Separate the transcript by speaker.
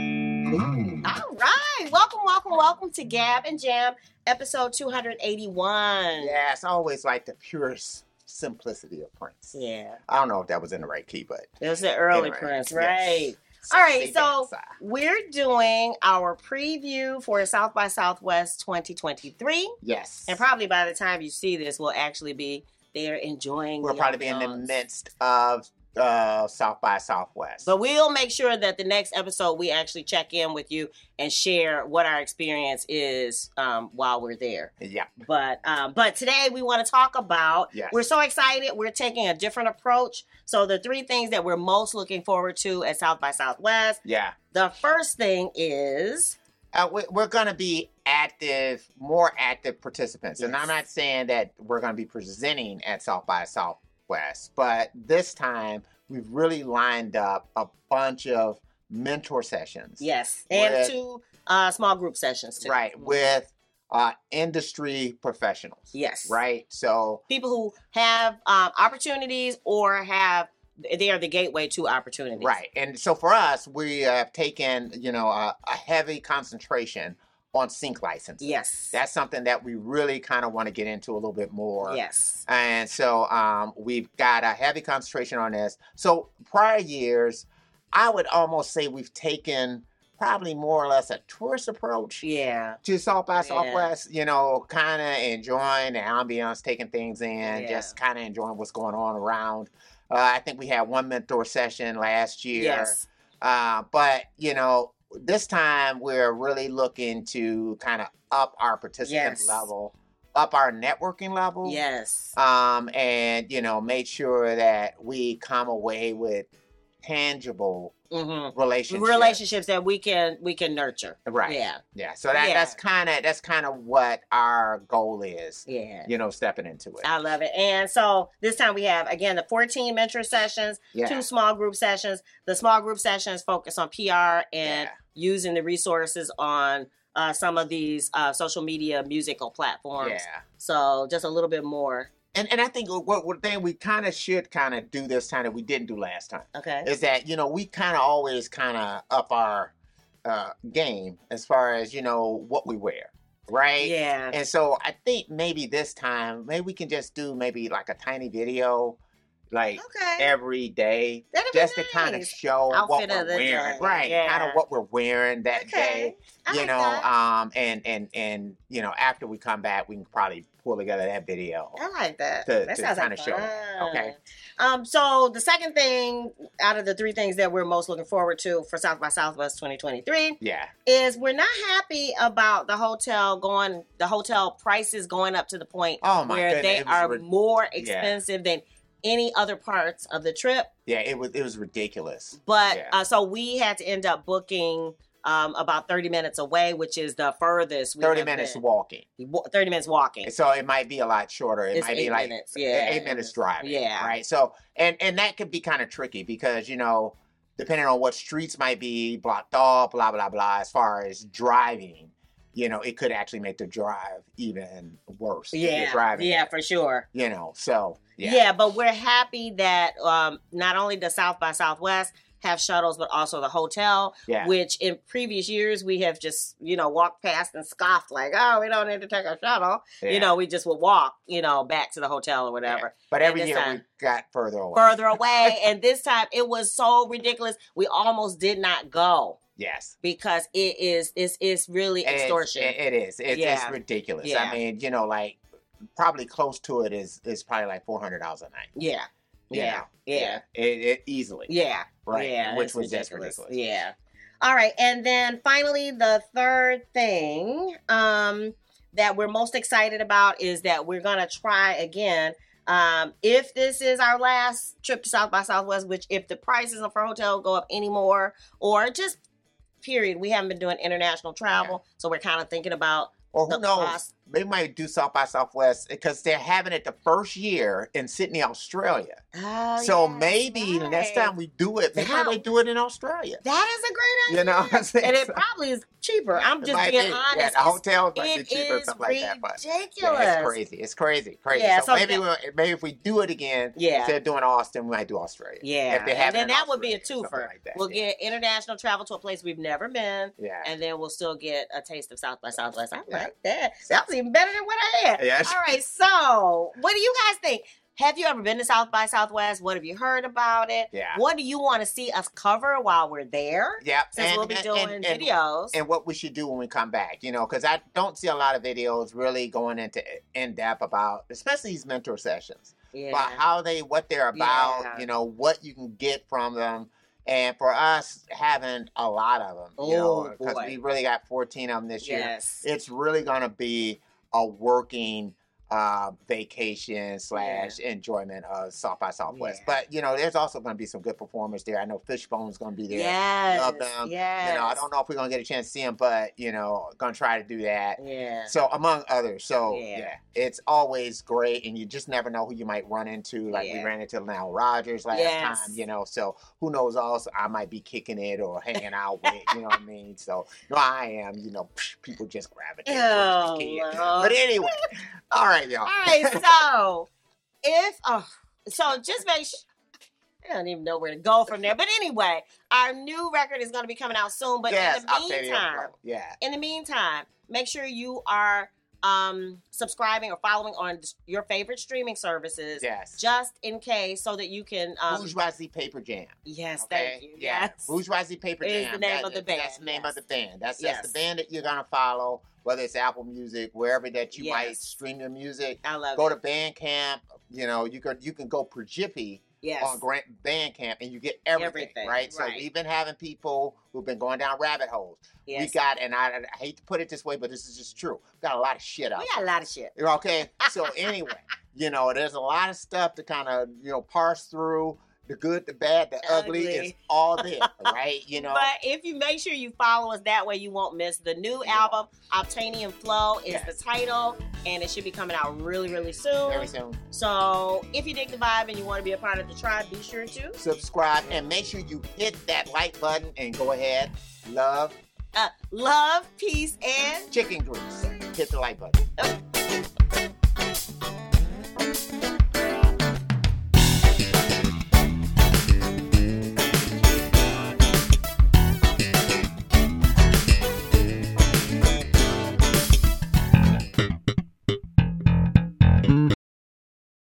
Speaker 1: All right. Welcome, welcome, welcome to Gab and Jam, episode 281.
Speaker 2: Yes, I always like the pure s- simplicity of Prince.
Speaker 1: Yeah.
Speaker 2: I don't know if that was in the right key, but
Speaker 1: It was the early
Speaker 2: Anyway,
Speaker 1: Prince,
Speaker 2: yes.
Speaker 1: right? All right,
Speaker 2: Sexy
Speaker 1: so-
Speaker 2: dancer.
Speaker 1: We're doing our preview for South by Southwest 2023.
Speaker 2: yes,
Speaker 1: And probably by the time you see this, we'll actually be there enjoying.
Speaker 2: we'll
Speaker 1: the
Speaker 2: probably be in the
Speaker 1: ambiance.
Speaker 2: midst of uh, South by Southwest.
Speaker 1: But we'll make sure that the next episode we actually check in with you and share what our experience is um, while we're there.
Speaker 2: yeah,
Speaker 1: But um, but today we want to talk about.
Speaker 2: Yes.
Speaker 1: We're so excited. We're taking a different approach. So the three things that we're most looking forward to at South by Southwest.
Speaker 2: yeah.
Speaker 1: The first thing is
Speaker 2: Uh, we, we're going to be active, more active participants, and I'm
Speaker 1: Yes.
Speaker 2: not saying that we're going to be presenting at South by Southwest, but this time we've really lined up a bunch of mentor sessions.
Speaker 1: yes, and
Speaker 2: Right.
Speaker 1: two uh, small group sessions too.
Speaker 2: right with uh, industry professionals
Speaker 1: Yes.
Speaker 2: right so
Speaker 1: People who have um, opportunities or have they are the gateway to opportunities.
Speaker 2: right and so for us we have taken you know a, a heavy concentration on sync licenses
Speaker 1: Yes.
Speaker 2: that's something that we really kind of want to get into a little bit more
Speaker 1: yes.
Speaker 2: and so um, we've got a heavy concentration on this so prior years i would almost say we've taken probably more or less a tourist approach
Speaker 1: Yeah.
Speaker 2: to South by
Speaker 1: Yeah.
Speaker 2: Southwest, you know, kind of enjoying the ambiance, taking things in,
Speaker 1: Yeah.
Speaker 2: just kind of enjoying what's going on around. Uh, I think we had one mentor session last year.
Speaker 1: Yes.
Speaker 2: Uh, but, you know, this time we're really looking to kind of up our participant
Speaker 1: Yes.
Speaker 2: level, up our networking level.
Speaker 1: Yes.
Speaker 2: Um, and, you know, make sure that we come away with tangible
Speaker 1: hmm
Speaker 2: relationships.
Speaker 1: Relationships that we can we can nurture.
Speaker 2: Right.
Speaker 1: Yeah.
Speaker 2: Yeah, so that,
Speaker 1: Yeah.
Speaker 2: that's kind of that's kind of what our goal is.
Speaker 1: Yeah.
Speaker 2: You know, stepping into it.
Speaker 1: I love it. And so this time we have again the 14 mentor sessions,
Speaker 2: yeah.
Speaker 1: two small group sessions. The small group sessions focus on PR
Speaker 2: Yeah.
Speaker 1: and using the resources on uh, some of these uh, social media musical platforms.
Speaker 2: yeah.
Speaker 1: So just a little bit more.
Speaker 2: And and I think what, what thing we kind of should kind of do this time that we didn't do last time
Speaker 1: Okay.
Speaker 2: is that you know we kind of always kind of up our uh, game as far as you know what we wear, right?
Speaker 1: yeah.
Speaker 2: And so I think maybe this time maybe we can just do maybe like a tiny video, like
Speaker 1: Okay.
Speaker 2: every day
Speaker 1: That'd be
Speaker 2: just to kind of
Speaker 1: nice.
Speaker 2: show what
Speaker 1: Outfit of
Speaker 2: we're
Speaker 1: the
Speaker 2: wearing,
Speaker 1: day,
Speaker 2: right? Kind
Speaker 1: yeah.
Speaker 2: of what we're wearing that
Speaker 1: Okay.
Speaker 2: day,
Speaker 1: I
Speaker 2: you
Speaker 1: like
Speaker 2: know.
Speaker 1: that.
Speaker 2: Um, and and and you know, after we come back, we can probably pull together that video.
Speaker 1: I like that.
Speaker 2: to-
Speaker 1: that
Speaker 2: to
Speaker 1: sounds like
Speaker 2: kinda show it.
Speaker 1: fun.
Speaker 2: Okay.
Speaker 1: Um, so the second thing out of the three things that we're most looking forward to for South by Southwest 2023
Speaker 2: Yeah,
Speaker 1: is we're not happy about the hotel going, the hotel prices going up to the point
Speaker 2: Oh, my
Speaker 1: where
Speaker 2: goodness,
Speaker 1: they
Speaker 2: it was
Speaker 1: are
Speaker 2: rid-
Speaker 1: more expensive than any other parts of the trip.
Speaker 2: yeah. It was it was ridiculous.
Speaker 1: But
Speaker 2: Yeah.
Speaker 1: uh, so we had to end up booking um, about 30 minutes away, which is the furthest. We
Speaker 2: Thirty
Speaker 1: have
Speaker 2: minutes
Speaker 1: been.
Speaker 2: walking,
Speaker 1: Wa- 30 minutes walking.
Speaker 2: so it might be a lot shorter. It
Speaker 1: It's
Speaker 2: might be
Speaker 1: eight
Speaker 2: like
Speaker 1: minutes,
Speaker 2: e-
Speaker 1: yeah.
Speaker 2: eight minutes driving.
Speaker 1: Yeah.
Speaker 2: right. So and and that could be kind of tricky because you know depending on what streets might be blocked off, blah blah blah. As far as driving, you know, it could actually make the drive even worse. if you're
Speaker 1: yeah.
Speaker 2: driving.
Speaker 1: yeah, for sure.
Speaker 2: you know. So
Speaker 1: Yeah.
Speaker 2: yeah,
Speaker 1: but we're happy that um, not only does South by Southwest have shuttles, but also the hotel,
Speaker 2: yeah.
Speaker 1: which in previous years we have just, you know, walked past and scoffed, like, oh, we don't need to take a shuttle.
Speaker 2: yeah.
Speaker 1: You know, we just would walk, you know, back to the hotel or whatever.
Speaker 2: But
Speaker 1: and
Speaker 2: every
Speaker 1: this
Speaker 2: year
Speaker 1: time-
Speaker 2: we got further away.
Speaker 1: Further away. and this time it was so ridiculous. We almost did not go
Speaker 2: Yes.
Speaker 1: because it is, it's, it's really
Speaker 2: It is-
Speaker 1: extortion.
Speaker 2: it- it is. It's,
Speaker 1: Yeah.
Speaker 2: it's ridiculous.
Speaker 1: Yeah.
Speaker 2: I mean, you know, like probably close to it is is probably like four hundred dollars a night.
Speaker 1: yeah.
Speaker 2: you
Speaker 1: Yeah.
Speaker 2: know?
Speaker 1: Yeah.
Speaker 2: It, it easily.
Speaker 1: Yeah.
Speaker 2: Right.
Speaker 1: Yeah,
Speaker 2: Which
Speaker 1: it's
Speaker 2: was just ridiculous.
Speaker 1: Yeah. All right, and then finally, the third thing um, that we're most excited about is that we're gonna try again. Um, if this is our last trip to South by Southwest, which if the prices of our hotel go up anymore, or just period, we haven't been doing international travel, so we're kind of thinking about
Speaker 2: Or who
Speaker 1: the
Speaker 2: knows?
Speaker 1: cost
Speaker 2: they might do South by Southwest because they're having it the first year in Sydney, Australia.
Speaker 1: Oh,
Speaker 2: so
Speaker 1: yes,
Speaker 2: maybe
Speaker 1: right.
Speaker 2: next time we do it, maybe
Speaker 1: How-
Speaker 2: they do it in Australia.
Speaker 1: That is a great idea.
Speaker 2: You know what I'm saying?
Speaker 1: and it
Speaker 2: So
Speaker 1: probably is cheaper. I'm just
Speaker 2: might
Speaker 1: being
Speaker 2: be.
Speaker 1: honest.
Speaker 2: Yeah, the
Speaker 1: It's-
Speaker 2: hotels might be
Speaker 1: it
Speaker 2: cheaper or
Speaker 1: is
Speaker 2: something like that. But
Speaker 1: ridiculous.
Speaker 2: yeah, it's crazy. It's crazy. Crazy.
Speaker 1: Yeah,
Speaker 2: so
Speaker 1: so
Speaker 2: maybe
Speaker 1: that-
Speaker 2: we'll, eh, maybe if we do it again,
Speaker 1: Yeah.
Speaker 2: instead of doing Austin, we might do Australia.
Speaker 1: Yeah.
Speaker 2: If they have it
Speaker 1: and then
Speaker 2: in
Speaker 1: that would be a
Speaker 2: Australia or something
Speaker 1: twofer.
Speaker 2: like that,
Speaker 1: we'll
Speaker 2: yeah.
Speaker 1: get international travel to a place we've never been,
Speaker 2: Yeah.
Speaker 1: and then we'll still get a taste of South by Southwest. I
Speaker 2: Yeah.
Speaker 1: like that. That was even better than what I had.
Speaker 2: Yeah.
Speaker 1: All right. So, what do you guys think? Have you ever been to South by Southwest? What have you heard about it?
Speaker 2: Yeah.
Speaker 1: What do you want to see us cover while we're there?
Speaker 2: Yeah.
Speaker 1: Since
Speaker 2: and-
Speaker 1: we'll be
Speaker 2: and-
Speaker 1: doing
Speaker 2: and- and-
Speaker 1: videos.
Speaker 2: and what we should do when we come back, you know, because I don't see a lot of videos really going into in depth about, especially these mentor sessions,
Speaker 1: yeah.
Speaker 2: about how they, what they're about,
Speaker 1: Yeah.
Speaker 2: you know, what you can get from them. And for us, having a lot of them, you know,
Speaker 1: Oh,
Speaker 2: because
Speaker 1: boy.
Speaker 2: we really got 14 of them this year.
Speaker 1: yes.
Speaker 2: It's really going to be a working uh, vacation slash enjoyment of South by Southwest.
Speaker 1: Yeah.
Speaker 2: But, you know, there's also going to be some good performers there. I know Fishbone's going to be there.
Speaker 1: Yes.
Speaker 2: Love them.
Speaker 1: Yes.
Speaker 2: You know, I don't know if we're gonna get a chance to see him, but you know, gonna try to do that.
Speaker 1: Yeah.
Speaker 2: So among others, so yeah.
Speaker 1: Yeah.
Speaker 2: it's always great, and you just never know who you might run into. Like we
Speaker 1: Yeah.
Speaker 2: ran into Nile Rogers last
Speaker 1: Yes.
Speaker 2: time, you know. So who knows? Also, I might be kicking it or hanging out with, you know what I mean? So no, I am. You know, people just gravitate towards the
Speaker 1: Ew,
Speaker 2: kids.
Speaker 1: Lord.
Speaker 2: But anyway, all right, y'all.
Speaker 1: All right, so if oh, so just make sure. I don't even know where to go from there. But anyway, our new record is going to be coming out soon. But
Speaker 2: yes,
Speaker 1: in
Speaker 2: I'll
Speaker 1: the
Speaker 2: say the
Speaker 1: meantime,
Speaker 2: info. yeah,
Speaker 1: in the meantime, make sure you are um, subscribing or following on your favorite streaming services,
Speaker 2: yes.
Speaker 1: just in case, so that you can. Um,
Speaker 2: Bourgeoisie Paper Jam.
Speaker 1: yes, thank you.
Speaker 2: Yeah.
Speaker 1: Yes,
Speaker 2: Bourgeoisie Paper
Speaker 1: Is
Speaker 2: Jam.
Speaker 1: the name of the band,
Speaker 2: That's the name of
Speaker 1: yes.
Speaker 2: the band. That's, that's
Speaker 1: Yes.
Speaker 2: the band that you're going to follow, whether it's Apple Music, wherever that you might
Speaker 1: Yes.
Speaker 2: stream your music.
Speaker 1: I love
Speaker 2: Go
Speaker 1: it.
Speaker 2: to Bandcamp. You know, you can you can go per Jiffy
Speaker 1: yes,
Speaker 2: on Grant Bandcamp and you get everything,
Speaker 1: Everything,
Speaker 2: right? So
Speaker 1: right.
Speaker 2: we've been having people who've been going down rabbit holes.
Speaker 1: yes.
Speaker 2: We got, and I, I hate to put it this way, but this is just true. We got a lot of shit out.
Speaker 1: We got a lot of shit.
Speaker 2: You're Okay. So anyway, you know, there's a lot of stuff to kind of, you know, parse through. The good, the bad, the ugly,
Speaker 1: Ugly.
Speaker 2: it's all there, right? You know.
Speaker 1: But if you make sure you follow us, that way you won't miss the new
Speaker 2: Yeah.
Speaker 1: album. Obtainium Flow is
Speaker 2: Yes.
Speaker 1: the title, and it should be coming out really, really soon.
Speaker 2: Very soon.
Speaker 1: So if you dig the vibe and you want to be a part of the tribe, be sure to
Speaker 2: Subscribe and make sure you hit that like button and go ahead. Love
Speaker 1: uh, love, peace, and
Speaker 2: chicken grease. Hit the like button.